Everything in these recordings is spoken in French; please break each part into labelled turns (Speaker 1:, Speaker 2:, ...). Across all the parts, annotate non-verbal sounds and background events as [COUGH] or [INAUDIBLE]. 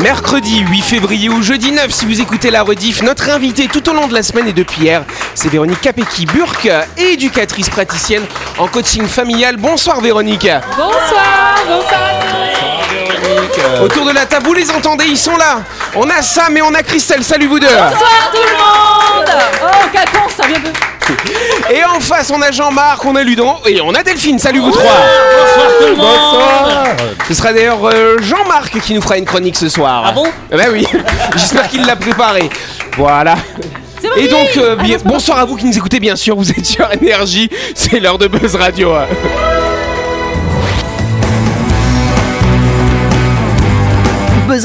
Speaker 1: mercredi 8 février ou jeudi 9 si vous écoutez la rediff. Notre invitée tout au long de la semaine et depuis hier, c'est Véronique Capecchi-Burck, éducatrice praticienne en coaching familial. Bonsoir Véronique.
Speaker 2: Bonsoir, bonsoir.
Speaker 1: Autour de la table, vous les entendez, ils sont là. On a Sam et on a Christelle. Salut vous deux.
Speaker 2: Bonsoir tout le monde. Oh, quel con, ça vient de.
Speaker 1: Et en face, on a Jean-Marc, on a Ludon et on a Delphine. Salut vous trois.
Speaker 3: Bonsoir tout le monde
Speaker 1: Ce sera d'ailleurs euh, Jean-Marc qui nous fera une chronique ce soir.
Speaker 3: Ah bon
Speaker 1: Ben oui, [LAUGHS] j'espère qu'il l'a préparé. Voilà.
Speaker 2: C'est parti.
Speaker 1: Et donc, euh,
Speaker 2: Ah,
Speaker 1: bien-
Speaker 2: non, c'est pas
Speaker 1: bonsoir à vous qui nous écoutez, bien sûr, vous êtes sur Énergie, c'est l'heure de Buzz Radio.
Speaker 4: Buzz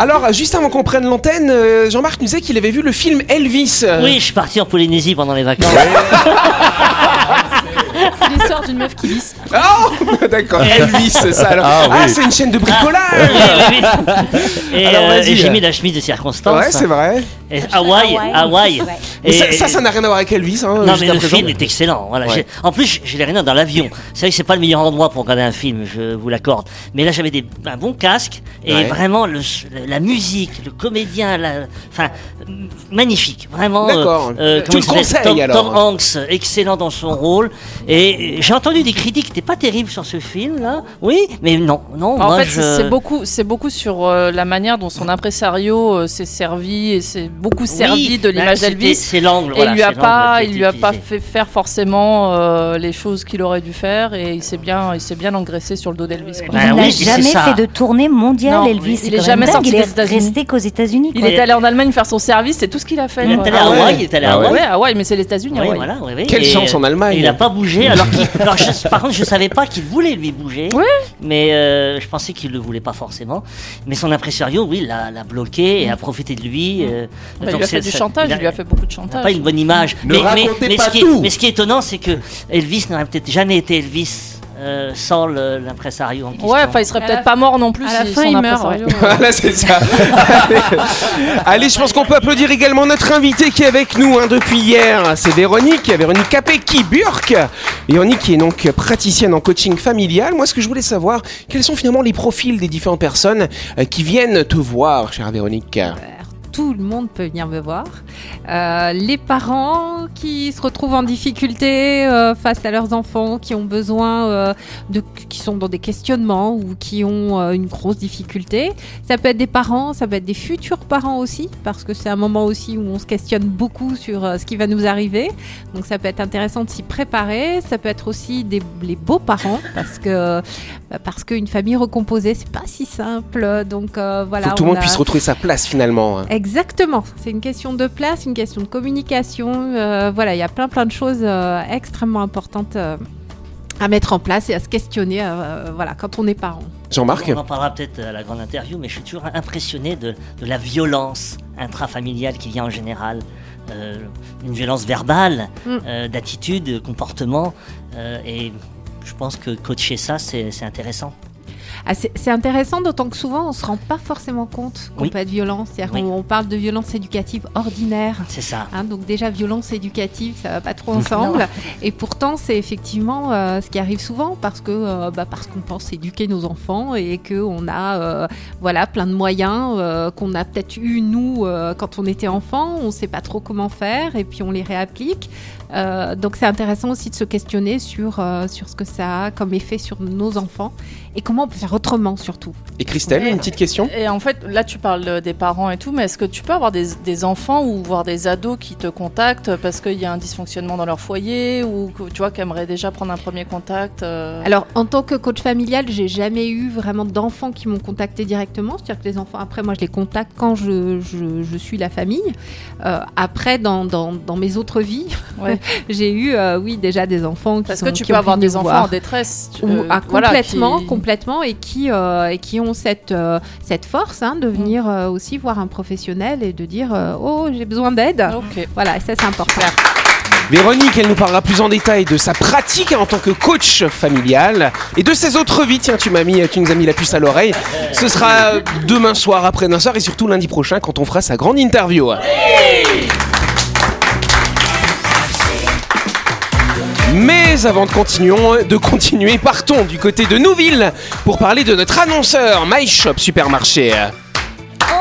Speaker 1: Alors, juste avant qu'on prenne l'antenne, euh, Jean-Marc nous disait qu'il avait vu le film Elvis.
Speaker 3: Oui, je suis parti en Polynésie pendant les vacances. [LAUGHS]
Speaker 2: C'est l'histoire d'une meuf
Speaker 3: [LAUGHS]
Speaker 2: qui glisse.
Speaker 1: Oh [LAUGHS] D'accord, Elvis, c'est ça alors. Ah,
Speaker 5: Ah, oui.
Speaker 1: c'est une chaîne de
Speaker 3: Oui,
Speaker 1: bricolage
Speaker 3: oui, oui. Et,
Speaker 1: Alors,
Speaker 3: euh,
Speaker 1: vas-y.
Speaker 3: et j'ai mis la chemise de circonstance.
Speaker 1: Ouais, c'est vrai.
Speaker 3: Et Hawaï, Hawaï.
Speaker 1: Mais
Speaker 3: Ah, Et-
Speaker 1: ça, ça, ça n'a rien à voir avec Elvis. Hein,
Speaker 3: non, mais
Speaker 1: jusqu'à
Speaker 3: le
Speaker 1: présent.
Speaker 3: film est excellent. Voilà.
Speaker 1: Ouais.
Speaker 3: J'ai- En plus, j'ai- j'ai les rien dans l'avion. C'est vrai que c'est pas le meilleur endroit pour regarder un film, je vous l'accorde. Mais là, j'avais des- un bon casque et
Speaker 1: Ouais.
Speaker 3: vraiment le, la musique, le comédien, la, enfin, m- magnifique, vraiment.
Speaker 1: D'accord.
Speaker 3: euh,
Speaker 1: Tu
Speaker 3: comment il
Speaker 1: le
Speaker 3: s'appelle
Speaker 1: conseilles,
Speaker 3: Tom,
Speaker 1: alors
Speaker 3: Tom Hanks, excellent dans son rôle. Et euh, j'ai entendu des critiques qui n'étaient pas terribles sur ce film, là. Oui, mais non, non.
Speaker 2: En
Speaker 3: moi,
Speaker 2: fait,
Speaker 3: je...
Speaker 2: c'est beaucoup, c'est beaucoup sur euh, la manière dont son impresario euh, s'est servi et s'est beaucoup servi
Speaker 3: Oui,
Speaker 2: de
Speaker 3: bah,
Speaker 2: l'image
Speaker 3: c'était-
Speaker 2: d'Elvis.
Speaker 3: C'est l'angle.
Speaker 2: Et
Speaker 3: voilà,
Speaker 2: lui a
Speaker 3: c'est l'angle
Speaker 2: pas,
Speaker 3: qui
Speaker 2: il
Speaker 3: était
Speaker 2: lui a pas
Speaker 3: utilisé.
Speaker 2: fait faire forcément euh, les choses qu'il aurait dû faire et il s'est bien, il s'est bien engraissé sur le dos d'Elvis. quoi.
Speaker 3: Bah
Speaker 6: il
Speaker 3: oui,
Speaker 6: n'a
Speaker 3: c'est
Speaker 6: jamais
Speaker 3: ça.
Speaker 6: fait de tournée mondiale,
Speaker 2: Non,
Speaker 6: Elvis.
Speaker 2: il
Speaker 6: C'est
Speaker 2: est
Speaker 6: quand même
Speaker 2: jamais
Speaker 6: dingue,
Speaker 2: sorti
Speaker 6: il
Speaker 2: des
Speaker 6: est
Speaker 2: États-Unis.
Speaker 6: resté qu'aux États-Unis.
Speaker 2: Il
Speaker 6: quoi.
Speaker 2: est allé en Allemagne faire son service, c'est tout ce qu'il a fait.
Speaker 3: Il est
Speaker 2: quoi.
Speaker 3: allé à
Speaker 1: Ah ouais.
Speaker 3: Hawaï, il est allé à
Speaker 5: Ah ouais.
Speaker 3: Hawaï.
Speaker 2: Ouais, Hawaï, mais c'est les États-Unis.
Speaker 3: Oui,
Speaker 2: Hawaï.
Speaker 3: voilà, oui, oui.
Speaker 1: Quelle
Speaker 3: Et, euh,
Speaker 1: chance en Allemagne.
Speaker 3: Il n'a pas bougé. Alors, qu'il- alors je- par contre, je savais pas qu'il voulait lui bouger.
Speaker 2: Ouais.
Speaker 3: Mais euh, je pensais qu'il le voulait pas forcément. Mais son impresario, oui, l'a l'a bloqué et a profité de lui. euh,
Speaker 2: Bah, il
Speaker 3: donc
Speaker 2: lui a
Speaker 3: c'est-
Speaker 2: fait du
Speaker 3: ça-
Speaker 2: chantage,
Speaker 3: il a-
Speaker 2: il lui a fait beaucoup de
Speaker 3: il n'a
Speaker 2: chantage.
Speaker 3: pas une bonne image.
Speaker 5: Ne racontez
Speaker 3: mais,
Speaker 5: pas
Speaker 3: ce qui Est,
Speaker 5: tout.
Speaker 3: mais ce qui est étonnant, c'est que Elvis n'aurait peut-être jamais été Elvis euh, sans le- l'impresario en question.
Speaker 2: Ouais, enfin, il serait
Speaker 7: À
Speaker 2: peut-être
Speaker 7: la-
Speaker 2: pas mort non plus.
Speaker 7: à la
Speaker 2: si
Speaker 7: fin,
Speaker 2: son
Speaker 7: il meurt,
Speaker 2: impresario-
Speaker 1: [LAUGHS] Voilà, c'est ça. Allez, je pense qu'on peut applaudir également notre invité qui est avec nous hein, depuis hier. C'est Véronique, Véronique Capecchi-Burck. Véronique qui est donc praticienne en coaching familial. Moi, ce que je voulais savoir, quels sont finalement les profils des différentes personnes euh, qui viennent te voir, chère Véronique
Speaker 7: [LAUGHS] Tout le monde peut venir me voir. Euh, les parents qui se retrouvent en difficulté euh, face à leurs enfants, qui ont besoin euh, de, qui sont dans des questionnements ou qui ont euh, une grosse difficulté. Ça peut être des parents, ça peut être des futurs parents aussi, parce que c'est un moment aussi où on se questionne beaucoup sur euh, ce qui va nous arriver. Donc ça peut être intéressant de s'y préparer. Ça peut être aussi des, les beaux parents, [LAUGHS] parce que bah, parce qu'une famille recomposée c'est pas si simple. Donc euh, voilà.
Speaker 1: Faut que tout le
Speaker 7: on
Speaker 1: monde
Speaker 7: a-
Speaker 1: puisse retrouver sa place finalement. hein.
Speaker 7: Exactement. C'est une question de place, une question de communication. Euh, voilà, il y a plein plein de choses euh, extrêmement importantes euh, à mettre en place et à se questionner. euh, voilà, quand on est parent.
Speaker 1: Jean-Marc
Speaker 3: On en parlera peut-être à la grande interview, mais je suis toujours impressionné de, de la violence intrafamiliale qui vient en général. Euh, une violence verbale,
Speaker 7: Mm.
Speaker 3: euh, d'attitude, de comportement. euh, et je pense que coacher ça, c'est c'est intéressant.
Speaker 7: Ah, c'est c'est intéressant, d'autant que souvent on se rend pas forcément compte qu'on
Speaker 3: Oui.
Speaker 7: peut être violent. C'est-à-dire
Speaker 3: Oui.
Speaker 7: qu'on on parle de violence éducative ordinaire.
Speaker 3: C'est ça.
Speaker 7: Hein, donc déjà violence éducative, ça va pas trop ensemble. Et pourtant, c'est effectivement euh, ce qui arrive souvent parce que euh, bah, parce qu'on pense éduquer nos enfants et que on a euh, voilà plein de moyens euh, qu'on a peut-être eu nous euh, quand on était enfant, on sait pas trop comment faire et puis on les réapplique. Euh, donc c'est intéressant aussi de se questionner sur euh, sur ce que ça a comme effet sur nos enfants et comment on peut faire autrement surtout.
Speaker 1: et Christelle, une petite question
Speaker 2: Et en fait, là, tu parles euh, des parents et tout, mais est-ce que tu peux avoir des, des enfants ou voir des ados qui te contactent parce qu'il y a un dysfonctionnement dans leur foyer ou que- tu vois qui aimeraient déjà prendre un premier contact euh,
Speaker 7: Alors, en tant que coach familial, j'ai jamais eu vraiment d'enfants qui m'ont contacté directement. C'est-à-dire que les enfants, après, moi, je les contacte quand je, je- je suis la famille. Euh, après, dans, dans- dans mes autres vies, [LAUGHS]
Speaker 2: Ouais.
Speaker 7: j'ai eu, euh, oui, déjà des enfants qui
Speaker 2: Parce
Speaker 7: sont-
Speaker 2: que tu
Speaker 7: qui
Speaker 2: peux
Speaker 7: ont
Speaker 2: avoir
Speaker 7: venu
Speaker 2: des
Speaker 7: me
Speaker 2: enfants
Speaker 7: voir.
Speaker 2: en détresse. tu-
Speaker 7: Ou-
Speaker 2: euh,
Speaker 7: ah,
Speaker 2: voilà,
Speaker 7: complètement,
Speaker 2: qui-
Speaker 7: complètement et qui, euh, et qui ont cette, euh, cette force hein,
Speaker 2: Mm.
Speaker 7: de venir euh, aussi voir un professionnel et de dire euh, Oh, j'ai besoin d'aide.
Speaker 2: Ok.
Speaker 7: Voilà, et ça c'est important.
Speaker 1: Véronique, elle nous parlera plus en détail de sa pratique en tant que coach familial et de ses autres vies. Tiens, tu m'as mis, tu nous as mis la puce à l'oreille. Ce sera euh, demain soir, après-demain soir et surtout lundi prochain quand on fera sa grande interview. Mais avant de continuer, de continuer, partons du côté de Nouville pour parler de notre annonceur MyShop Supermarché.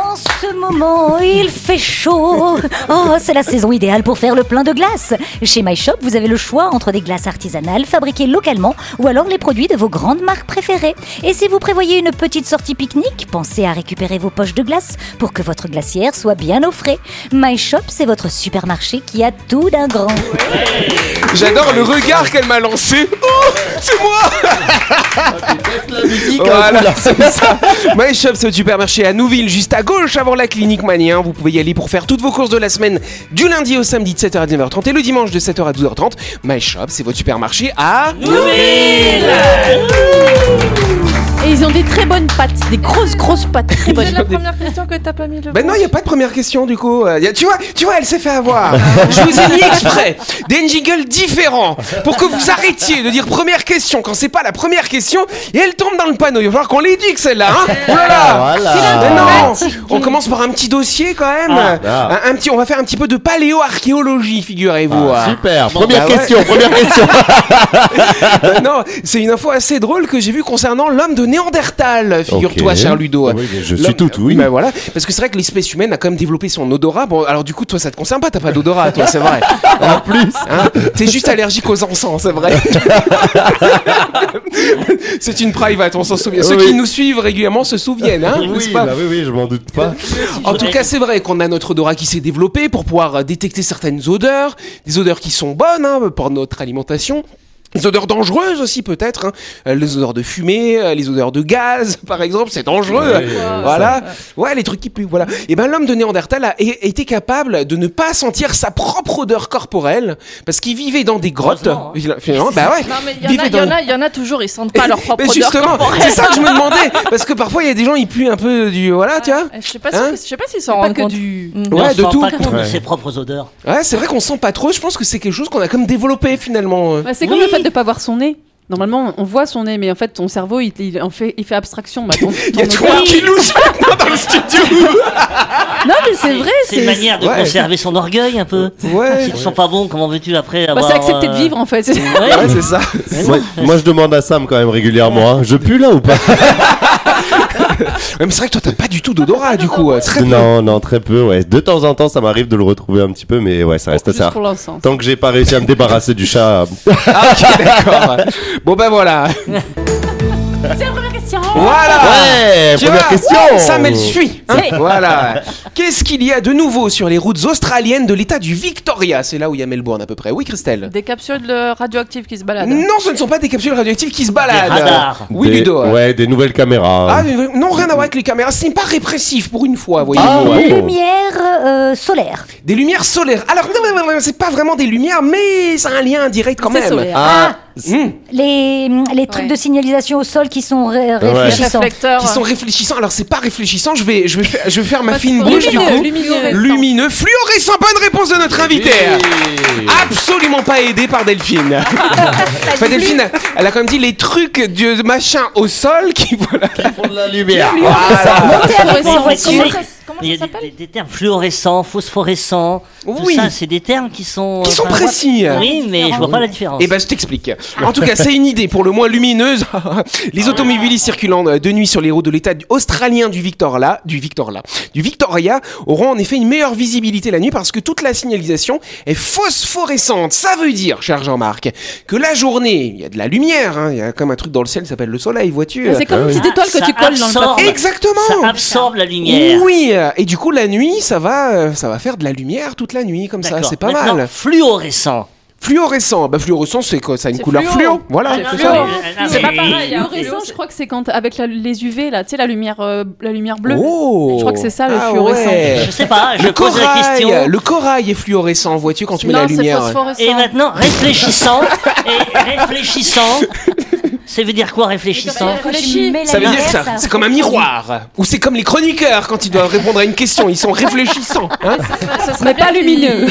Speaker 6: En ce moment, il fait chaud. Oh, c'est la saison idéale pour faire le plein de glace. Chez MyShop, vous avez le choix entre des glaces artisanales fabriquées localement ou alors les produits de vos grandes marques préférées. Et si vous prévoyez une petite sortie pique-nique, pensez à récupérer vos poches de glace pour que votre glacière soit bien au frais. MyShop, c'est votre supermarché qui a tout d'un grand.
Speaker 1: J'adore le regard qu'elle m'a lancé. Oh, c'est moi Voilà, c'est ça. My Shop, c'est au supermarché à Nouville, juste à gauche avant la clinique Manien. Vous pouvez y aller pour faire toutes vos courses de la semaine du lundi au samedi de 7h à 19h30 et le dimanche de 7h à 12h30. My Shop, c'est votre supermarché à
Speaker 5: Et ils ont des très bonnes pattes, des grosses grosses pattes. Très bonnes.
Speaker 2: C'est la première question que t'as pas mis le.
Speaker 1: Ben non, il n'y a pas de première question du coup. Euh, y a- tu vois, tu vois, elle s'est fait avoir. Je vous ai mis exprès des jingles différents pour que vous arrêtiez de dire première question quand c'est pas la première question et elle tombe dans le panneau. Il va falloir qu'on l'éduque celle-là. Hein oh là là Mais non, on commence par un petit dossier quand même.
Speaker 8: Ah.
Speaker 1: Un, un petit, on va faire un petit peu de paléo-archéologie, figurez-vous.
Speaker 8: Ah, Super. Première
Speaker 1: Bah ouais.
Speaker 8: question.
Speaker 1: [LAUGHS]
Speaker 8: Première question.
Speaker 1: Euh, [LAUGHS] non, c'est une info assez drôle que j'ai vue concernant l'homme de Néandertal, figure-toi,
Speaker 8: Ok.
Speaker 1: cher Ludo.
Speaker 8: Oui, mais je
Speaker 1: L'homme-
Speaker 8: suis tout oui.
Speaker 1: Ben voilà, parce que c'est vrai que l'espèce humaine a quand même développé son odorat. Bon, alors du coup, toi, ça te concerne pas, t'as pas d'odorat, toi, c'est vrai.
Speaker 8: [LAUGHS] En plus.
Speaker 1: Hein T'es juste allergique aux encens,
Speaker 8: [LAUGHS]
Speaker 1: c'est vrai. c'est une private, on s'en souvient. Ceux
Speaker 8: Oui.
Speaker 1: qui nous suivent régulièrement se souviennent, hein, n'est-ce
Speaker 8: Oui,
Speaker 1: pas
Speaker 8: bah oui, oui, je m'en doute pas.
Speaker 1: En tout cas, c'est vrai qu'on a notre odorat qui s'est développé pour pouvoir euh, détecter certaines odeurs, des odeurs qui sont bonnes hein, pour notre alimentation. Des odeurs dangereuses aussi peut-être, hein. Euh, les odeurs de fumée, euh, les odeurs de gaz [LAUGHS] par exemple, c'est dangereux. voilà, ouais les trucs qui puent, voilà. Et ben l'homme de Néandertal a é- été capable de ne pas sentir sa propre odeur corporelle parce qu'il vivait dans des grottes.
Speaker 3: Heureusement, hein.
Speaker 1: Il a- Finalement, bah ouais.
Speaker 2: Non mais il y, en
Speaker 1: Vivez
Speaker 2: a- y
Speaker 1: dans-
Speaker 2: en a- y en a toujours, ils sentent pas leur propre
Speaker 1: Mais
Speaker 2: odeur
Speaker 1: justement,
Speaker 2: corporelle.
Speaker 1: c'est ça que je me demandais parce que parfois il y a des gens ils puent un peu du voilà, tu vois.
Speaker 2: Je sais pas si-
Speaker 1: Hein
Speaker 2: je sais pas s'ils
Speaker 7: C'est
Speaker 2: s'en
Speaker 7: pas
Speaker 2: rendent
Speaker 7: que
Speaker 2: compte.
Speaker 7: du.
Speaker 3: Mais
Speaker 1: Ouais,
Speaker 3: on se
Speaker 1: de
Speaker 3: rend
Speaker 1: tout.
Speaker 3: pas compte
Speaker 8: Ouais.
Speaker 3: de ses propres odeurs.
Speaker 1: Ouais, c'est vrai qu'on sent pas trop. Je pense que c'est quelque chose qu'on a comme développé finalement. euh.
Speaker 5: Bah, c'est comme le fait de pas voir son nez. Normalement, on voit son nez, mais en fait, ton cerveau, il, il en fait, il fait abstraction. Bah, ton-
Speaker 1: [LAUGHS] Il y a
Speaker 5: ton
Speaker 1: toi
Speaker 5: odeur-
Speaker 1: qui louche [LAUGHS] maintenant dans le studio.
Speaker 5: Non, mais c'est vrai.
Speaker 3: C'est une manière de
Speaker 1: Ouais.
Speaker 3: conserver son orgueil un peu.
Speaker 1: Ouais.
Speaker 3: S'ils ne sont pas bons, comment veux-tu après
Speaker 5: Bah,
Speaker 3: avoir.
Speaker 5: c'est accepter de
Speaker 3: euh,
Speaker 5: vivre en fait. [LAUGHS] C'est-
Speaker 3: ouais.
Speaker 1: Ouais, c'est ça.
Speaker 8: [LAUGHS] Moi, moi, je demande à Sam quand même régulièrement. hein. Je pue là ou pas
Speaker 1: Ouais, mais c'est vrai que toi t'as pas du tout d'odorat du coup. euh, [LAUGHS] Très peu.
Speaker 8: Non, non, très peu. Ouais, de temps en temps, ça m'arrive de le retrouver un petit peu, mais ouais, ça reste
Speaker 5: Juste
Speaker 8: assez rare.
Speaker 5: pour l'encens.
Speaker 8: Tant que j'ai pas réussi à me débarrasser du chat,
Speaker 1: Ah, ok, d'accord. Bon ben voilà. C'est la première question. Voilà.
Speaker 8: Ouais,
Speaker 1: Tu
Speaker 8: première
Speaker 1: vois,
Speaker 8: question.
Speaker 1: Sam elle suit. hein. voilà. Qu'est-ce qu'il y a de nouveau sur les routes australiennes de l'État du Victoria C'est là où il y a Melbourne à peu près. Oui, Christelle.
Speaker 2: Des capsules euh, radioactives qui se baladent. Hein.
Speaker 1: Non, ce ne sont pas des capsules radioactives qui se baladent.
Speaker 3: radars.
Speaker 1: Oui,
Speaker 8: des,
Speaker 1: Ludo.
Speaker 8: Ouais, des nouvelles caméras.
Speaker 1: Ah, mais non, rien à voir avec les caméras. C'est pas répressif pour une fois, voyez-vous.
Speaker 8: Ah, oui.
Speaker 6: Lumière euh, solaire.
Speaker 1: Des lumières solaires. Alors, non, non, non, non, c'est pas vraiment des lumières, mais ça a un lien direct quand même.
Speaker 5: C'est solaire.
Speaker 8: Ah,
Speaker 1: Mmh.
Speaker 6: Les, les trucs
Speaker 7: Ouais.
Speaker 6: de signalisation au sol qui sont
Speaker 8: Ouais.
Speaker 6: ré- réfléchissants.
Speaker 2: Réflecteurs.
Speaker 5: euh,
Speaker 1: Qui sont réfléchissants. Alors, c'est pas réfléchissant. Je vais, je vais, faire, je vais faire ma fine bouche du
Speaker 5: Lumineux,
Speaker 1: coup.
Speaker 5: lumineux.
Speaker 1: Lumineux, fluorescent. Bonne réponse de notre invité. Absolument pas aidé par Delphine.
Speaker 5: Ah,
Speaker 1: [LAUGHS] enfin, Delphine, elle a quand même dit les trucs du machin au sol qui voilà.
Speaker 8: Font de la lumière.
Speaker 6: Montez avec moi en
Speaker 3: Fluorescent,
Speaker 6: voiture.
Speaker 3: oui. Il y a des, des- des termes fluorescents, phosphorescents.
Speaker 1: Oui.
Speaker 3: Tout ça, c'est des termes qui sont.
Speaker 1: qui sont
Speaker 3: enfin,
Speaker 1: précis.
Speaker 3: moi- Oui, mais je vois pas la différence.
Speaker 1: Eh ben, je t'explique. En tout cas, c'est une idée pour le moins lumineuse. [LAUGHS]
Speaker 3: Ah
Speaker 1: les automobilistes circulant euh, de nuit sur les routes de l'État australien du Victoria, du Victoria, du Victoria, auront en effet une meilleure visibilité la nuit parce que toute la signalisation est phosphorescente. Ça veut dire, cher Jean-Marc, que la journée, il y a de la lumière, hein, il y a comme un truc dans le ciel qui s'appelle le soleil, voiture.
Speaker 5: C'est comme une petite étoile que
Speaker 3: Ça
Speaker 5: tu colles dans le
Speaker 3: absorbe.
Speaker 5: plafond.
Speaker 1: Exactement.
Speaker 3: Ça absorbe la lumière.
Speaker 1: Oui, euh, et du coup la nuit, ça va, euh, ça va faire de la lumière toute la nuit comme ça,
Speaker 3: D'accord.
Speaker 1: c'est pas
Speaker 3: Maintenant,
Speaker 1: mal.
Speaker 3: Fluorescent.
Speaker 1: Fluorescent, bah fluorescent c'est quoi Ça a une
Speaker 2: C'est
Speaker 1: couleur
Speaker 2: fluo.
Speaker 1: fluo, voilà.
Speaker 2: C'est
Speaker 1: c'est
Speaker 2: fluo.
Speaker 1: ça.
Speaker 2: C'est pas pareil, hein.
Speaker 5: Fluorescent, je crois que c'est quand avec la- les UV là, tu sais la lumière, euh, la lumière bleue.
Speaker 1: Oh
Speaker 5: Je crois que c'est ça, le
Speaker 1: Ah
Speaker 5: fluorescent.
Speaker 1: ouais.
Speaker 3: Je sais pas, je
Speaker 1: Le
Speaker 3: pose la question.
Speaker 1: corail, le corail est fluorescent, vois-tu, quand tu mets la
Speaker 2: Non, c'est
Speaker 1: lumière.
Speaker 2: phosphorescent.
Speaker 3: Et maintenant, réfléchissant. et réfléchissant. Ça veut dire quoi réfléchissant
Speaker 6: Réfléchis.
Speaker 1: Ça veut dire que ça- c'est comme un miroir. Ou c'est comme les chroniqueurs quand ils doivent répondre à une question.
Speaker 2: [LAUGHS]
Speaker 1: Ils sont réfléchissants. hein. [LAUGHS]
Speaker 2: Ce serait
Speaker 5: Mais
Speaker 2: bien
Speaker 5: pas
Speaker 2: qu'ils-
Speaker 5: lumineux.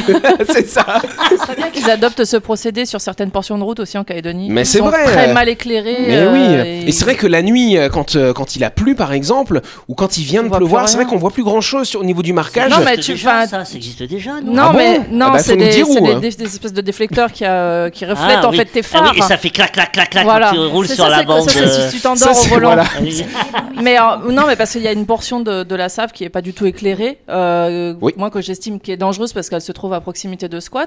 Speaker 1: c'est ça.
Speaker 2: ce serait [LAUGHS] bien qu'ils adoptent ce procédé sur certaines portions de route aussi en Calédonie.
Speaker 1: Mais
Speaker 2: Ils
Speaker 1: c'est
Speaker 2: sont
Speaker 1: vrai.
Speaker 2: Très mal éclairés.
Speaker 1: Mais
Speaker 2: euh,
Speaker 1: oui. Et c'est vrai que la nuit, euh, quand, euh, quand il a plu par exemple, ou quand il vient de
Speaker 2: On voit
Speaker 1: pleuvoir,
Speaker 2: plus
Speaker 1: c'est vrai
Speaker 2: rien.
Speaker 1: qu'on voit plus grand chose au niveau du marquage.
Speaker 2: Non,
Speaker 3: Ça
Speaker 2: mais
Speaker 3: existe
Speaker 2: tu-
Speaker 3: déjà,
Speaker 2: enfin-
Speaker 3: ça, ça existe déjà. non
Speaker 2: Non,
Speaker 1: Ah bon
Speaker 2: mais non,
Speaker 1: Ah bah, faut
Speaker 2: c'est
Speaker 1: nous
Speaker 2: des,
Speaker 1: dire
Speaker 2: c'est
Speaker 1: où,
Speaker 2: des-
Speaker 1: hein.
Speaker 2: des- des espèces de déflecteurs qui, euh, qui
Speaker 3: Ah,
Speaker 2: reflètent en
Speaker 3: oui.
Speaker 2: fait tes
Speaker 3: Ah
Speaker 2: phares.
Speaker 3: oui, et ça fait clac clac clac clac
Speaker 2: voilà.
Speaker 3: quand tu roules
Speaker 2: C'est
Speaker 3: sur
Speaker 2: ça,
Speaker 3: la
Speaker 2: c'est-
Speaker 3: bande.
Speaker 2: Ça, c'est
Speaker 3: euh,
Speaker 2: si tu
Speaker 1: Ça,
Speaker 2: t'endors au
Speaker 1: c'est-
Speaker 2: volant.
Speaker 1: voilà.
Speaker 3: ah oui.
Speaker 2: Mais euh, non, mais parce qu'il y a une portion de, de la SAF qui est pas du tout éclairée, euh,
Speaker 1: Oui.
Speaker 2: moi que j'estime qui est dangereuse parce qu'elle se trouve à proximité de squats.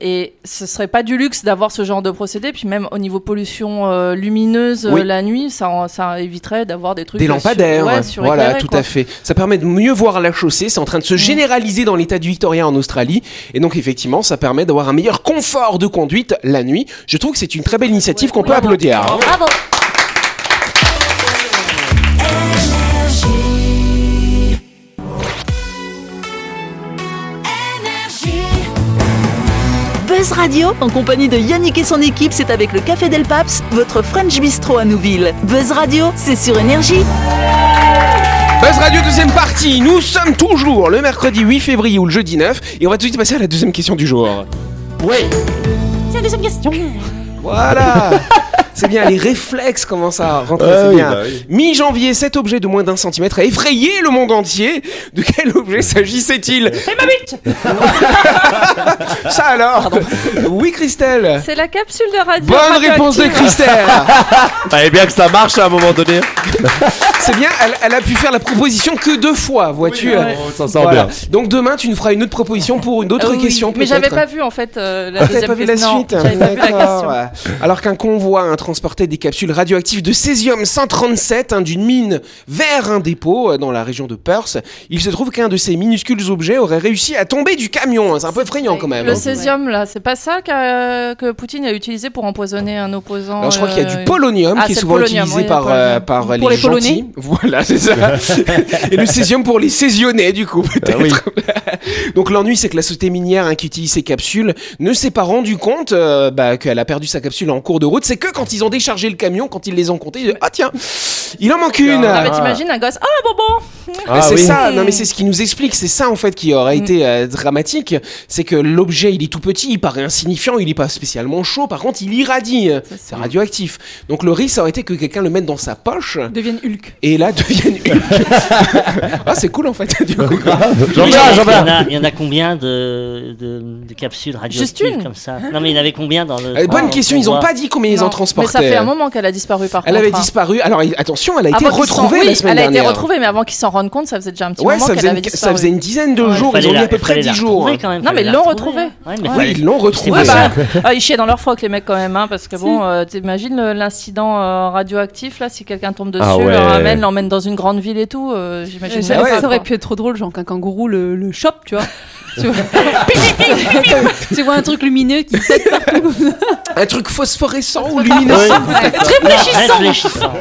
Speaker 2: Et ce serait pas du luxe d'avoir ce genre de procédé. Puis même au niveau pollution euh, lumineuse euh,
Speaker 1: Oui.
Speaker 2: la nuit, ça, en- ça éviterait d'avoir des trucs euh,
Speaker 1: Des
Speaker 2: sur-
Speaker 1: lampadaires,
Speaker 2: ouais,
Speaker 1: voilà,
Speaker 2: suréclairés,
Speaker 1: tout
Speaker 2: quoi. Mm.
Speaker 1: à fait. Ça permet de mieux voir la chaussée, c'est en train de se généraliser dans l'état du Victoria en Australie, et donc effectivement, ça permet d'avoir un meilleur confort de conduite la nuit. Je trouve que c'est une très belle initiative qu'on peut applaudir.
Speaker 6: Bravo.
Speaker 4: Buzz Radio, en compagnie de Yannick et son équipe, c'est avec le Café Del Paps, votre French Bistro à Nouville. Buzz Radio, c'est sur énergie.
Speaker 1: Buzz Radio, deuxième partie, nous sommes toujours le mercredi 8 février ou le jeudi 9, et on va tout de suite passer à la deuxième question du jour. Oui
Speaker 6: C'est la deuxième question. [LAUGHS]
Speaker 1: Voilà C'est bien, les réflexes commencent à rentrer,
Speaker 8: Ah
Speaker 1: c'est
Speaker 8: oui,
Speaker 1: bien.
Speaker 8: bah oui.
Speaker 1: Mi-janvier, cet objet de moins d'un centimètre a effrayé le monde entier. De quel objet s'agissait-il C'est ma bite [LAUGHS] Ça alors Oui, Christelle
Speaker 7: C'est la capsule de radio.
Speaker 1: Bonne
Speaker 7: radioactive.
Speaker 1: réponse de Christelle
Speaker 8: Fallait bien que ça marche à un moment donné.
Speaker 1: C'est bien, elle, elle a pu faire la proposition que deux fois, vois-tu
Speaker 8: On s'en sort
Speaker 1: Voilà.
Speaker 8: bien.
Speaker 1: Donc demain, tu nous feras une autre proposition pour une
Speaker 2: Ah
Speaker 1: autre
Speaker 2: oui,
Speaker 1: question.
Speaker 2: Mais j'avais
Speaker 1: peut-être.
Speaker 2: pas vu en fait euh, la
Speaker 1: Ah, t'avais
Speaker 2: deuxième
Speaker 1: pas vu la
Speaker 2: question.
Speaker 1: suite
Speaker 2: Non, J'avais pas vu la
Speaker 1: D'accord,
Speaker 2: question.
Speaker 1: ouais. Alors qu'un convoi hein, transportait des capsules radioactives de césium-137 hein, d'une mine vers un dépôt euh, dans la région de Perth, il se trouve qu'un de ces minuscules objets aurait réussi à tomber du camion. hein. C'est un peu effrayant quand même.
Speaker 2: Le
Speaker 1: hein.
Speaker 2: césium, là, c'est pas ça qu'a- que Poutine a utilisé pour empoisonner un opposant.
Speaker 1: Alors, je crois qu'il y a
Speaker 2: euh,
Speaker 1: du polonium
Speaker 2: Ah,
Speaker 1: qui est
Speaker 2: c'est le
Speaker 1: souvent
Speaker 2: polonium,
Speaker 1: utilisé
Speaker 2: oui,
Speaker 1: par,
Speaker 2: le polonium.
Speaker 1: euh, par
Speaker 5: Pour les Polonais.
Speaker 1: gentils. [LAUGHS] Voilà, c'est
Speaker 2: [LAUGHS]
Speaker 1: ça. Et le césium pour les césionnais, du coup, peut-être.
Speaker 8: oui.
Speaker 1: [LAUGHS] Donc l'ennui, c'est que la société minière hein, qui utilise ces capsules ne s'est pas rendu compte euh, bah, qu'elle a perdu sa capsule en cours de route. C'est que quand ils ont déchargé le camion, quand ils les ont comptés, ils- ah tiens, il en manque une.
Speaker 2: Ah, mais t'imagines un gosse. Ah, bon, bon
Speaker 1: Mais
Speaker 8: Ah
Speaker 1: c'est
Speaker 8: oui.
Speaker 1: ça, non mais c'est ce qui nous explique, c'est ça en fait qui aurait
Speaker 2: Mm.
Speaker 1: été euh, dramatique, c'est que l'objet il est tout petit, il paraît insignifiant, il est pas spécialement chaud, par contre il irradie, euh,
Speaker 2: C'est ça.
Speaker 1: c'est radioactif. Donc le risque ça aurait été que quelqu'un le mette dans sa poche
Speaker 5: Deviennent Hulk.
Speaker 1: et là [LAUGHS] devienne ah c'est cool en fait [LAUGHS] du coup.
Speaker 3: Il y
Speaker 8: Jean-Pierre, Jean-Pierre.
Speaker 3: en
Speaker 1: [LAUGHS]
Speaker 3: a- il y en a combien de, de- de capsules radioactives
Speaker 2: Juste une.
Speaker 3: comme ça Non, mais il y en avait combien dans le. Oh,
Speaker 1: Euh,
Speaker 3: dans
Speaker 1: Bonne
Speaker 3: le
Speaker 1: question, ils ont
Speaker 3: convoi
Speaker 1: pas dit combien ils en
Speaker 2: Ah, Non,
Speaker 1: transportaient.
Speaker 2: Mais ça fait un moment Ah, qu'elle a disparu par
Speaker 1: Elle
Speaker 2: contre.
Speaker 1: avait
Speaker 2: hein.
Speaker 1: disparu. Alors il- attention, elle a été
Speaker 2: Avant qu'ils s'en-
Speaker 1: retrouvée
Speaker 2: oui,
Speaker 1: la semaine
Speaker 2: elle a
Speaker 1: dernière.
Speaker 2: été retrouvée, mais avant qu'ils s'en rendent compte, ça faisait déjà un petit
Speaker 1: Ouais,
Speaker 2: moment
Speaker 1: ça
Speaker 2: qu'elle
Speaker 1: faisait,
Speaker 2: avait
Speaker 1: une, ça
Speaker 2: disparu.
Speaker 1: faisait une dizaine de
Speaker 2: Ouais,
Speaker 1: jours,
Speaker 3: Fallait
Speaker 1: ils ont mis
Speaker 3: la-
Speaker 1: à peu près
Speaker 3: fallait la
Speaker 1: 10 jours. hein.
Speaker 3: retrouver quand même,
Speaker 2: Non,
Speaker 3: fallait
Speaker 2: mais
Speaker 3: la
Speaker 2: ils l'ont
Speaker 3: retrouver. Ouais, mais
Speaker 2: Ouais.
Speaker 1: Ouais,
Speaker 3: fallait-
Speaker 1: ils l'ont
Speaker 3: Ouais,
Speaker 1: retrouvée.
Speaker 2: Ouais,
Speaker 3: C'est
Speaker 2: bah, [LAUGHS]
Speaker 3: ça.
Speaker 2: ah, ils chiaient dans leur froc, les mecs, quand même, hein, parce que bon, euh, t'imagines le- l'incident euh, radioactif, là, si quelqu'un tombe dessus,
Speaker 8: Ah ouais.
Speaker 2: le ramène, l'emmène dans une grande ville et tout, euh, j'imagine.
Speaker 5: Ça,
Speaker 1: ouais,
Speaker 5: ça
Speaker 2: pas,
Speaker 5: aurait
Speaker 2: quoi.
Speaker 5: pu être trop drôle, genre qu'un kangourou le, le chope,
Speaker 1: [LAUGHS]
Speaker 5: tu vois. tu, vois. Tu vois un truc lumineux qui saute partout.
Speaker 1: Un truc phosphorescent ou lumineux.
Speaker 3: Réfléchissant.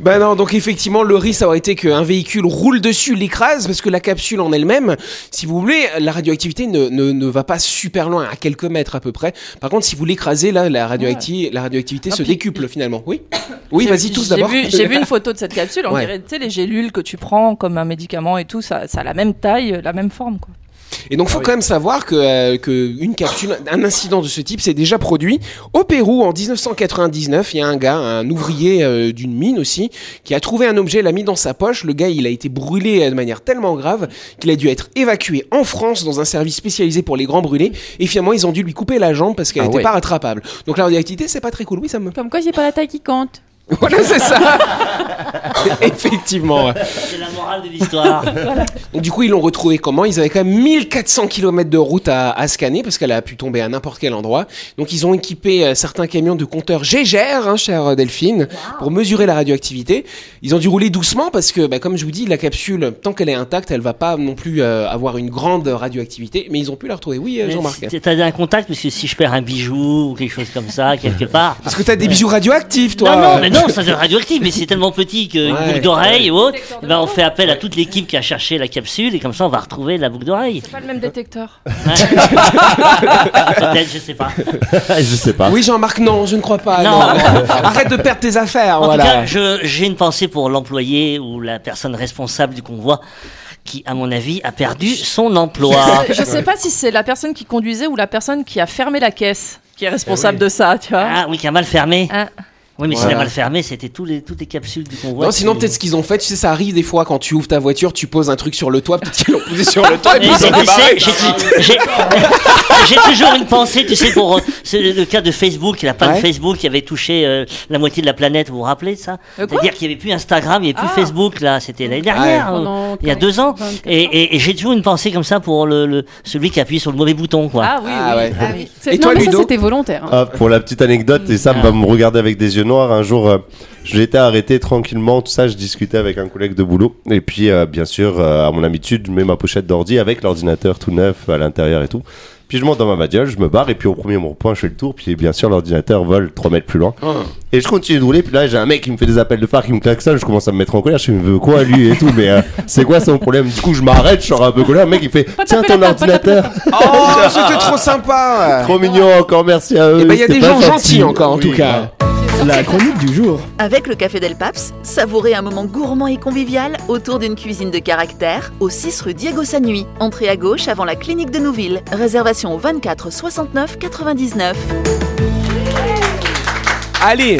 Speaker 1: Bah non, donc effectivement, le risque aurait été qu'un véhicule roule dessus, l'écrase, parce que la capsule en elle-même, si vous voulez, la radioactivité ne, ne, ne va pas super loin, à quelques mètres à peu près. Par contre, si vous l'écrasez, là, la, radioacti- la radioactivité se décuple finalement. Oui Oui,
Speaker 2: J'ai-
Speaker 1: vas-y, tous
Speaker 2: j'ai
Speaker 1: d'abord.
Speaker 2: vu-
Speaker 1: [LAUGHS]
Speaker 2: J'ai vu une photo de cette capsule, on
Speaker 1: Ouais.
Speaker 2: dirait, tu sais, les gélules que tu prends comme un médicament et tout, ça, ça a la même taille, la même forme, quoi.
Speaker 1: Et donc, faut quand même savoir que, euh, que une capsule, un incident de ce type s'est déjà produit au Pérou en 1999. Il y a un gars, un ouvrier euh, d'une mine aussi, qui a trouvé un objet, l'a mis dans sa poche. Le gars, il a été brûlé euh, de manière tellement grave qu'il a dû être évacué en France dans un service spécialisé pour les grands brûlés. Et finalement, ils ont dû lui couper la jambe parce qu'elle
Speaker 8: Ah
Speaker 1: n'était
Speaker 8: ouais.
Speaker 1: pas rattrapable. Donc, la radioactivité, c'est pas très cool. Oui, ça me.
Speaker 5: Comme quoi, c'est pas la taille qui compte.
Speaker 1: [LAUGHS] Voilà, c'est ça. [LAUGHS] Effectivement.
Speaker 3: C'est la morale de
Speaker 1: [LAUGHS]
Speaker 3: l'histoire.
Speaker 1: Donc du coup, ils l'ont retrouvé comment Ils avaient quand même 1400 km de route à, à scanner parce qu'elle a pu tomber à n'importe quel endroit. Donc ils ont équipé euh, certains camions de compteurs GGR, hein, chère Delphine, pour mesurer la radioactivité. Ils ont dû rouler doucement parce que, bah, comme je vous dis, la capsule, tant qu'elle est intacte, elle va pas non plus euh, avoir une grande radioactivité. Mais ils ont pu la retrouver. Oui, euh,
Speaker 3: Mais
Speaker 1: Jean-Marc.
Speaker 3: si T'as un
Speaker 1: [LAUGHS]
Speaker 3: contact, parce que si je perds un bijou ou quelque chose comme ça, quelque part.
Speaker 1: Parce que t'as des bijoux radioactifs, toi. euh,
Speaker 3: non, non, mais Non, ça devient radioactif, mais c'est tellement petit qu'une
Speaker 1: Ouais.
Speaker 3: boucle d'oreille ou autre,
Speaker 5: Détecteur de
Speaker 3: eh ben, on
Speaker 5: mouvement.
Speaker 3: fait appel à toute l'équipe qui a cherché la capsule et comme ça on va retrouver la boucle d'oreille.
Speaker 2: C'est pas le même détecteur.
Speaker 1: [LAUGHS]
Speaker 3: Peut-être, je sais pas.
Speaker 8: je sais pas.
Speaker 1: Oui, Jean-Marc, non, je ne crois pas.
Speaker 3: Non.
Speaker 1: non. Arrête de perdre tes affaires,
Speaker 3: En
Speaker 1: voilà.
Speaker 3: tout cas, je- j'ai une pensée pour l'employé ou la personne responsable du convoi qui, à mon avis, a perdu son
Speaker 2: [LAUGHS]
Speaker 3: emploi.
Speaker 2: Je sais pas si c'est la personne qui conduisait ou la personne qui a fermé la caisse qui
Speaker 3: Eh
Speaker 2: est responsable de ça, tu vois.
Speaker 3: Ah oui, qui a mal fermé.
Speaker 2: Ah.
Speaker 3: Oui, mais si
Speaker 1: Voilà.
Speaker 3: elle a mal fermé, c'était tous les, toutes les capsules du convoi.
Speaker 1: Non, sinon
Speaker 3: qui-
Speaker 1: peut-être ce qu'ils ont fait, tu sais, ça arrive des fois quand tu ouvres ta voiture, tu poses un truc sur le toit, [LAUGHS] peut-être qu'ils l'ont posé sur le toit et
Speaker 3: Mais
Speaker 1: puis ils
Speaker 3: tu
Speaker 1: ont
Speaker 3: sais,
Speaker 1: débarré. Ah,
Speaker 3: j'ai- [LAUGHS] j'ai- J'ai toujours une pensée, tu sais, pour euh, c'est le cas de Facebook, la panne
Speaker 1: Ouais.
Speaker 3: Facebook qui avait touché euh, la moitié de la planète, vous vous rappelez de ça
Speaker 2: Le quoi
Speaker 3: C'est-à-dire qu'il n'y avait plus Instagram, il n'y avait plus
Speaker 5: Ah.
Speaker 3: Facebook, là, c'était l'année
Speaker 1: Ah,
Speaker 3: dernière, euh,
Speaker 5: Pendant
Speaker 3: il y a deux ans. Et, et- et j'ai toujours une pensée comme ça pour le, le- celui qui appuie sur le mauvais bouton, quoi.
Speaker 5: Ah oui,
Speaker 1: Ah
Speaker 5: oui.
Speaker 1: ouais.
Speaker 5: Ah oui.
Speaker 1: Et
Speaker 5: C'est- non,
Speaker 1: toi,
Speaker 5: mais
Speaker 1: Ludo
Speaker 5: ça, c'était volontaire. hein.
Speaker 8: Ah, pour la petite anecdote, et Sam va me regarder avec des yeux noirs, un jour, euh, je l'étais arrêté tranquillement, tout ça, je discutais avec un collègue de boulot. Et puis, euh, bien sûr, euh, à mon habitude, je mets ma pochette d'ordi avec l'ordinateur tout neuf à l'intérieur et tout. Puis je monte dans ma bagnole, je me barre, et puis au premier point, je fais le tour, puis bien sûr, l'ordinateur vole 3 mètres plus loin. Et je continue de rouler, puis là, j'ai un mec qui me fait des appels de phare, qui me klaxonne, je commence à me mettre en colère, je me veux quoi, lui, et tout, mais euh, c'est quoi son problème Du coup, je m'arrête, je sors un peu colère, le mec, il fait, tiens, ton ordinateur,
Speaker 1: Oh, c'était trop sympa.
Speaker 8: trop mignon, encore merci à eux.
Speaker 1: Et ben il y a
Speaker 8: c'était
Speaker 1: des
Speaker 8: pas
Speaker 1: gens
Speaker 8: gentil.
Speaker 1: gentils encore en
Speaker 8: Oui,
Speaker 1: tout cas.
Speaker 9: La chronique du jour.
Speaker 4: Avec le Café Del Paps, savourez un moment gourmand et convivial autour d'une cuisine de caractère au 6 rue Diego Sanui. Entrée à gauche avant la clinique de Nouville. Réservation au 24 69 99.
Speaker 1: Allez,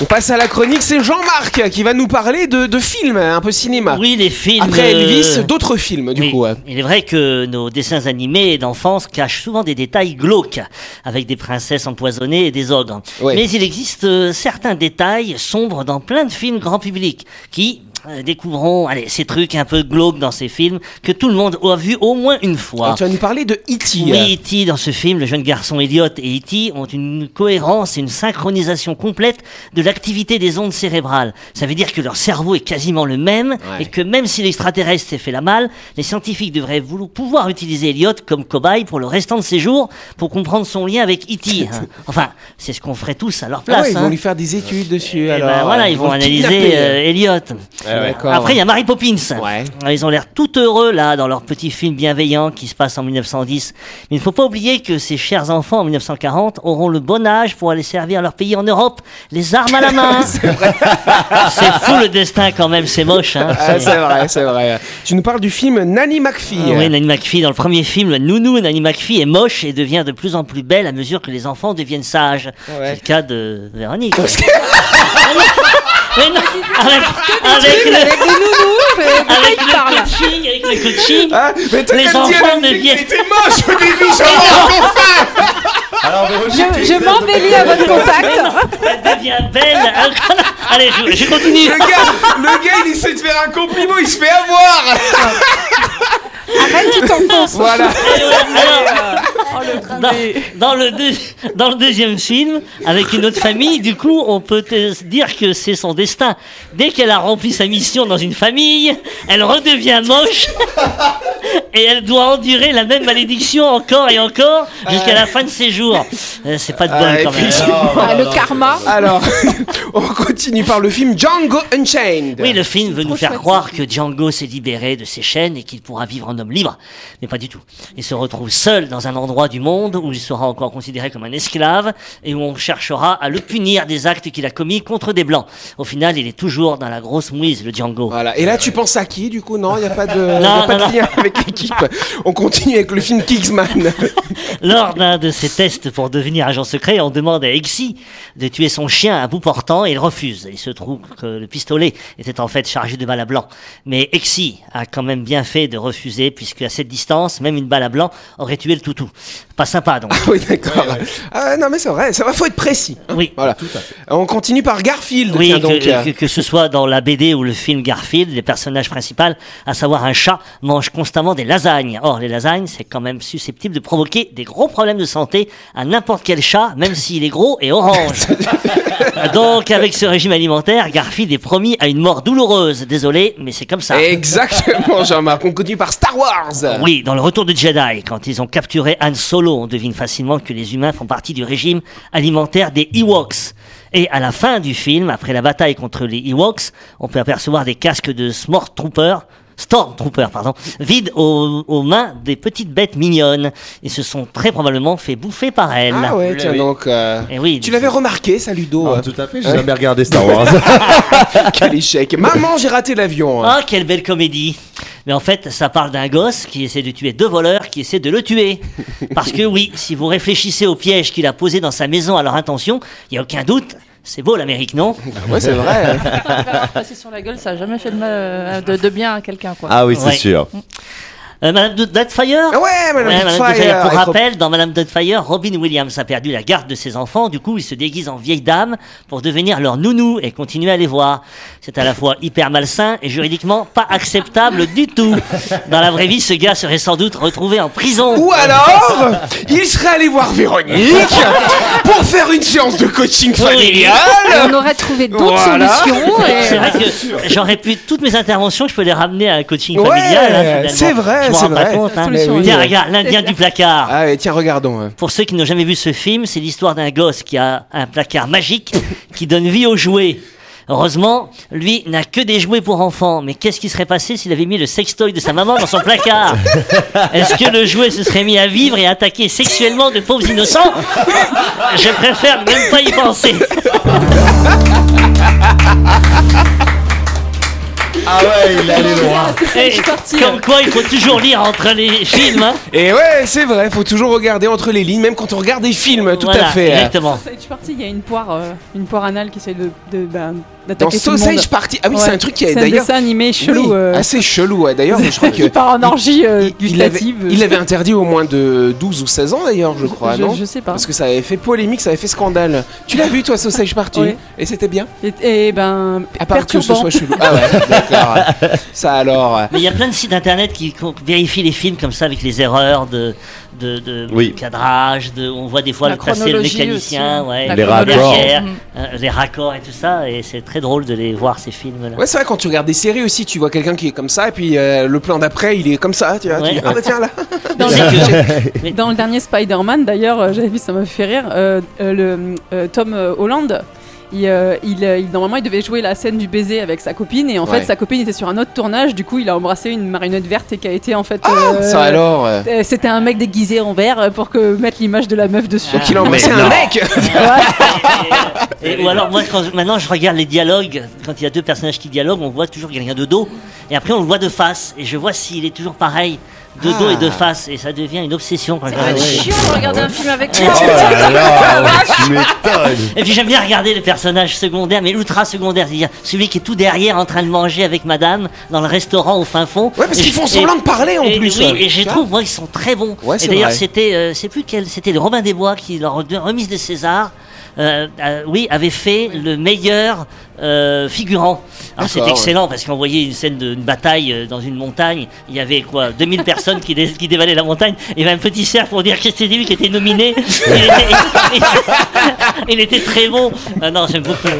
Speaker 1: on passe à la chronique, c'est Jean-Marc qui va nous parler de, de films, un peu cinéma.
Speaker 3: Ah. Oui, les films.
Speaker 1: Après Elvis,
Speaker 3: euh,
Speaker 1: d'autres films du
Speaker 3: Oui.
Speaker 1: coup. hein. ouais.
Speaker 3: Il est vrai que nos dessins animés d'enfance cachent souvent des détails glauques, avec des princesses empoisonnées et des ogres.
Speaker 1: Ouais.
Speaker 3: Mais il existe euh, certains détails sombres dans plein de films grand public, qui euh, découvrons allez, ces trucs un peu glauques dans ces films que tout le monde a vu au moins une fois.
Speaker 1: Alors, tu vas nous parler de E hein. E.T.
Speaker 3: Oui, E.T. dans ce film, le jeune garçon Elliot et E.T. ont une cohérence et une synchronisation complète de l'activité des ondes cérébrales. Ça veut dire que leur cerveau est quasiment le même et que même si l'extraterrestre s'est fait la malle, les scientifiques devraient vouloir, pouvoir utiliser Elliot comme cobaye pour le restant de ses jours pour comprendre son lien avec
Speaker 1: [LAUGHS]
Speaker 3: E.T. hein. Enfin, c'est ce qu'on ferait tous à leur
Speaker 1: Ah ouais,
Speaker 3: place.
Speaker 1: ils
Speaker 3: hein.
Speaker 1: vont lui faire des études dessus.
Speaker 3: Eh ben
Speaker 1: alors,
Speaker 3: voilà,
Speaker 1: euh,
Speaker 3: ils vont
Speaker 1: le
Speaker 3: analyser
Speaker 1: kidnapper. Ah,
Speaker 3: euh, Elliot.
Speaker 8: Ouais, ouais.
Speaker 1: D'accord.
Speaker 3: Après, il y a Mary Poppins. Euh,
Speaker 1: Ouais.
Speaker 3: Ils ont l'air tout heureux là dans leur petit film bienveillant qui se passe en 1910. Mais il ne faut pas oublier que ces chers enfants en 1940 auront le bon âge pour aller servir leur pays en Europe, les armes à la main. [LAUGHS]
Speaker 1: [LAUGHS]
Speaker 3: c'est fou le destin quand même, c'est moche. Hein.
Speaker 1: Ah, c'est vrai, c'est vrai. Tu nous parles du film Nanny McPhee.
Speaker 3: Ah oui, Nanny McPhee, dans le premier film, la nounou Nanny McPhee est moche et devient de plus en plus belle à mesure que les enfants deviennent sages. C'est le cas de Véronique. [LAUGHS] Mais non, avec, avec le,
Speaker 5: Avec des nounous, mais de quoi
Speaker 3: avec
Speaker 5: il parle
Speaker 3: le coaching, avec le
Speaker 1: [LAUGHS]
Speaker 3: coaching.
Speaker 1: Ah, mais toi,
Speaker 3: Les
Speaker 1: t'as dit à
Speaker 3: enfants
Speaker 1: la musique
Speaker 3: deviennent-
Speaker 1: que t'étais moche au début, Jean-Marc.
Speaker 8: Alors, Véronique,
Speaker 5: Je,
Speaker 8: tu
Speaker 5: je
Speaker 8: sais,
Speaker 5: m'embellis à votre contact.
Speaker 3: Elle devient belle. [LAUGHS] Allez, je, je continue.
Speaker 1: Le gars, le gars, il essaie de faire un compliment, il se fait avoir.
Speaker 5: Arrête, tu t'enfonces.
Speaker 1: Voilà.
Speaker 3: Alors, dans, dans le deux- dans le deuxième film, avec une autre famille, du coup, on peut euh, dire que c'est son destin. Dès qu'elle a rempli sa mission dans une famille, elle redevient moche et elle doit endurer la même malédiction encore et encore jusqu'à la fin de ses jours. Euh, C'est pas de bol
Speaker 1: Ah,
Speaker 3: quand même.
Speaker 1: effectivement.
Speaker 5: Ah, le karma.
Speaker 1: Alors, [LAUGHS] on continue par le film Django Unchained.
Speaker 3: Oui, le film veut nous faire
Speaker 5: chouette,
Speaker 3: croire que Django s'est libéré de ses chaînes et qu'il pourra vivre en homme libre. Mais pas du tout. Il se retrouve seul dans un endroit du monde où il sera encore considéré comme un esclave et où on cherchera à le punir des actes qu'il a commis contre des Blancs. Au final, il est toujours dans la grosse mouise, le Django.
Speaker 1: Voilà. Et là, tu penses à qui, du coup Non, il n'y a pas de, y a
Speaker 3: Non,
Speaker 1: pas de
Speaker 3: non, non.
Speaker 1: lien avec l'équipe. On continue avec le film
Speaker 3: [LAUGHS]
Speaker 1: Kingsman.
Speaker 3: Lors d'un de ses tests pour devenir agent secret, on demande à Exy de tuer son chien à bout portant et il refuse. Il se trouve que le pistolet était en fait chargé de balles à blanc. Mais Exy a quand même bien fait de refuser puisque à cette distance, même une balle à blanc aurait tué le toutou. Pas sympa donc.
Speaker 1: oui, d'accord. Ah, non, mais c'est vrai, ça va, faut être précis.
Speaker 3: Oui.
Speaker 1: Voilà. On continue par Garfield.
Speaker 3: Oui,
Speaker 1: tiens
Speaker 3: que,
Speaker 1: donc. euh,
Speaker 3: que- que ce soit dans la BD ou le film Garfield, les personnages principaux, à savoir un chat, mangent constamment des lasagnes. Or, les lasagnes, c'est quand même susceptible de provoquer des gros problèmes de santé à n'importe quel chat, même s'il est gros et
Speaker 1: [LAUGHS]
Speaker 3: orange. Donc, avec ce régime alimentaire, Garfield est promis à une mort douloureuse. Désolé, mais c'est comme ça.
Speaker 1: Exactement, Jean-Marc. On continue par Star Wars.
Speaker 3: Oui, dans le retour de Jedi, quand ils ont capturé Han Solo, on devine facilement que les humains font partie du régime alimentaire des Ewoks. Et à la fin du film, après la bataille contre les Ewoks, on peut apercevoir des casques de Stormtroopers, Stormtroopers, pardon, vides aux, aux mains des petites bêtes mignonnes. Ils se sont très probablement fait bouffer par elles.
Speaker 1: Ah ouais, tiens donc. euh,
Speaker 3: Et Eh oui,
Speaker 1: Tu l'avais remarqué, ça, Ludo
Speaker 8: Ah,
Speaker 1: euh,
Speaker 8: tout à fait, j'ai jamais regardé Star Wars.
Speaker 1: Quel échec. Maman, j'ai raté l'avion. hein.
Speaker 3: Ah, quelle belle comédie Mais en fait, ça parle d'un gosse qui essaie de tuer deux voleurs qui essaient de le
Speaker 1: [LAUGHS]
Speaker 3: tuer. Parce que oui, si vous réfléchissez au piège qu'il a posé dans sa maison à leur intention, il n'y a aucun doute, c'est beau l'Amérique, non
Speaker 1: Ouais, c'est vrai.
Speaker 2: Passer sur la gueule, ça a jamais fait de, mal, euh, de, de bien à quelqu'un, quoi.
Speaker 8: Ah oui, c'est
Speaker 3: Ouais.
Speaker 8: sûr.
Speaker 3: Euh, Madame Doubtfire
Speaker 1: Ah ouais, madame
Speaker 3: Ouais, Madame
Speaker 1: Doubtfire,
Speaker 3: Doubtfire. Pour
Speaker 1: elle comp-
Speaker 3: rappel, dans Madame Doubtfire, Robin Williams a perdu la garde de ses enfants. Du coup, il se déguise en vieille dame pour devenir leur nounou et continuer à les voir. C'est à la fois hyper malsain et juridiquement pas acceptable du tout. Dans la vraie vie, ce gars serait sans doute retrouvé en prison.
Speaker 1: Ou alors, il serait allé voir Véronique pour faire une séance de coaching familial.
Speaker 7: Et on aurait trouvé d'autres
Speaker 1: Voilà.
Speaker 7: solutions. et-
Speaker 3: C'est vrai que j'aurais pu toutes mes interventions, je peux les ramener à un coaching
Speaker 1: Ouais,
Speaker 3: familial. hein, finalement.
Speaker 1: c'est vrai,
Speaker 3: Je m'en
Speaker 1: c'est
Speaker 3: rends pas
Speaker 1: vrai.
Speaker 3: compte, hein.
Speaker 1: Mais oui.
Speaker 3: Tiens, regarde, l'Indien du placard.
Speaker 1: Ah ouais, tiens, regardons.
Speaker 3: Pour ceux qui n'ont jamais vu ce film, c'est l'histoire d'un gosse qui a un placard magique qui donne vie aux jouets. Heureusement, lui n'a que des jouets pour enfants. Mais qu'est-ce qui serait passé s'il avait mis le sextoy de sa maman dans son placard Est-ce que le jouet se serait mis à vivre et attaquer sexuellement de pauvres innocents Je préfère même pas y penser.
Speaker 8: Ah ouais, il est allé loin.
Speaker 3: Et comme quoi, il faut toujours lire entre les films. hein.
Speaker 1: Et ouais, c'est vrai, faut toujours regarder entre les lignes, même quand on regarde des films, tout
Speaker 3: Voilà,
Speaker 1: à fait. hein.
Speaker 3: Exactement.
Speaker 5: Dans Sausage Party, il y a une poire, euh, une poire anale qui essaie de, de- ben,
Speaker 1: Dans
Speaker 5: d'attaquer tout le monde.
Speaker 1: Sausage Party. Ah oui,
Speaker 5: Ouais.
Speaker 1: c'est un truc qui est
Speaker 5: C'est un
Speaker 1: d'ailleurs.
Speaker 5: dessin animé chelou.
Speaker 1: Oui,
Speaker 5: euh,
Speaker 1: assez chelou, ouais. D'ailleurs,
Speaker 5: [LAUGHS]
Speaker 1: je crois que.
Speaker 5: qui part en orgie euh,
Speaker 1: il- il avait,
Speaker 5: gustative. euh,
Speaker 1: il avait interdit au moins de 12 ou 16 ans d'ailleurs, je crois,
Speaker 5: je,
Speaker 1: non
Speaker 5: je sais pas.
Speaker 1: Parce que ça avait fait polémique, ça avait fait scandale. Tu l'as vu toi, Sausage Party
Speaker 5: Ouais.
Speaker 1: Et c'était bien
Speaker 5: Et, et ben,
Speaker 1: À part que ce
Speaker 5: perturbant.
Speaker 1: soit chelou. Ah ouais, d'accord. ça alors. euh,
Speaker 3: Mais il y a plein de sites internet qui co- vérifient les films comme ça avec les erreurs de, de, de
Speaker 8: Oui.
Speaker 3: cadrage. De, on voit des fois
Speaker 2: La
Speaker 3: le passer le
Speaker 2: chronologie
Speaker 3: mécanicien,
Speaker 2: aussi, hein.
Speaker 3: ouais,
Speaker 2: La
Speaker 8: Les chronologie. raccords.
Speaker 3: Derrière,
Speaker 2: Mm.
Speaker 3: euh, les raccords et tout ça. Et c'est très drôle de les voir ces films-là.
Speaker 1: Ouais, c'est vrai, quand tu regardes des séries aussi, tu vois quelqu'un qui est comme ça, et puis euh, le plan d'après, il est comme ça, tu vois. tu
Speaker 3: Ouais.
Speaker 1: dis, ah bah tiens là. [LAUGHS]
Speaker 5: Dans
Speaker 3: C'est
Speaker 5: les-
Speaker 3: que-
Speaker 5: Dans le dernier Spider-Man, d'ailleurs, euh, j'avais vu, ça m'a fait rire, euh, euh, le, euh, Tom euh, Holland. Il, euh, il, euh, il- normalement, il devait jouer la scène du baiser avec sa copine, et en
Speaker 1: Ouais.
Speaker 5: fait, sa copine était sur un autre tournage. Du coup, il a embrassé une marionnette verte et qui a été en fait. euh,
Speaker 1: Ah, Ça alors. euh,
Speaker 5: euh, C'était un mec déguisé en vert euh, pour que mettre l'image de la meuf dessus.
Speaker 1: Qu'il en
Speaker 8: Mais
Speaker 1: c'est un
Speaker 8: non.
Speaker 1: mec
Speaker 3: euh, Et, euh, et- ou alors moi quand- maintenant je regarde les dialogues quand il y a deux personnages qui dialoguent on voit toujours quelqu'un de dos et après on le voit de face et je vois s'il est toujours pareil de
Speaker 2: Ah.
Speaker 3: dos et de face et ça devient une obsession quand je
Speaker 2: Ça va
Speaker 3: regarde.
Speaker 2: être Ah, chiant de regarder un film avec
Speaker 3: Ah Ouais.
Speaker 2: toi.
Speaker 8: Oh là là, tu m'étonnes.
Speaker 3: Et puis j'aime bien regarder les personnages secondaires, mais ultra secondaires, c'est-à-dire celui qui est tout derrière en train de manger avec madame dans le restaurant au fin fond.
Speaker 1: Ouais, parce
Speaker 3: Et
Speaker 1: qu'ils
Speaker 3: je-
Speaker 1: font
Speaker 3: et-
Speaker 1: semblant de parler en
Speaker 3: et,
Speaker 1: plus.
Speaker 3: oui, et je les trouve, moi, ils sont très bons.
Speaker 1: Ouais, c'est
Speaker 3: et d'ailleurs,
Speaker 1: vrai.
Speaker 3: c'était, euh, c'est plus quel, c'était le Robin des Bois qui, lors de remise des Césars, euh, euh, oui, avait fait le meilleur euh, figurant. Alors c'était
Speaker 1: D'accord,
Speaker 3: excellent parce qu'on voyait une scène d'une bataille euh, dans une montagne. Il y avait quoi, 2000 personnes qui, dé- qui dévalaient la montagne. Et il y avait un petit cerf pour dire que c'était lui qui était nominé. Il était, il était très bon. Ah non, j'aime beaucoup.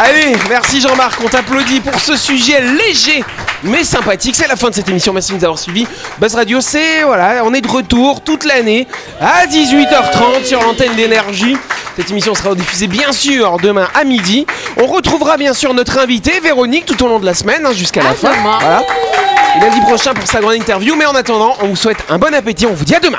Speaker 1: Allez, merci Jean-Marc, on t'applaudit pour ce sujet léger mais sympathique. C'est la fin de cette émission, merci de nous avoir suivis. Buzz Radio, c'est voilà, on est de retour toute l'année à 18h30 sur l'antenne d'énergie. Cette émission sera diffusée bien sûr demain à midi. On retrouvera bien sûr notre invité Véronique tout au long de la semaine hein, jusqu'à la fin. Voilà. Et lundi prochain pour sa grande interview. Mais en attendant, on vous souhaite un bon appétit. On vous dit à demain.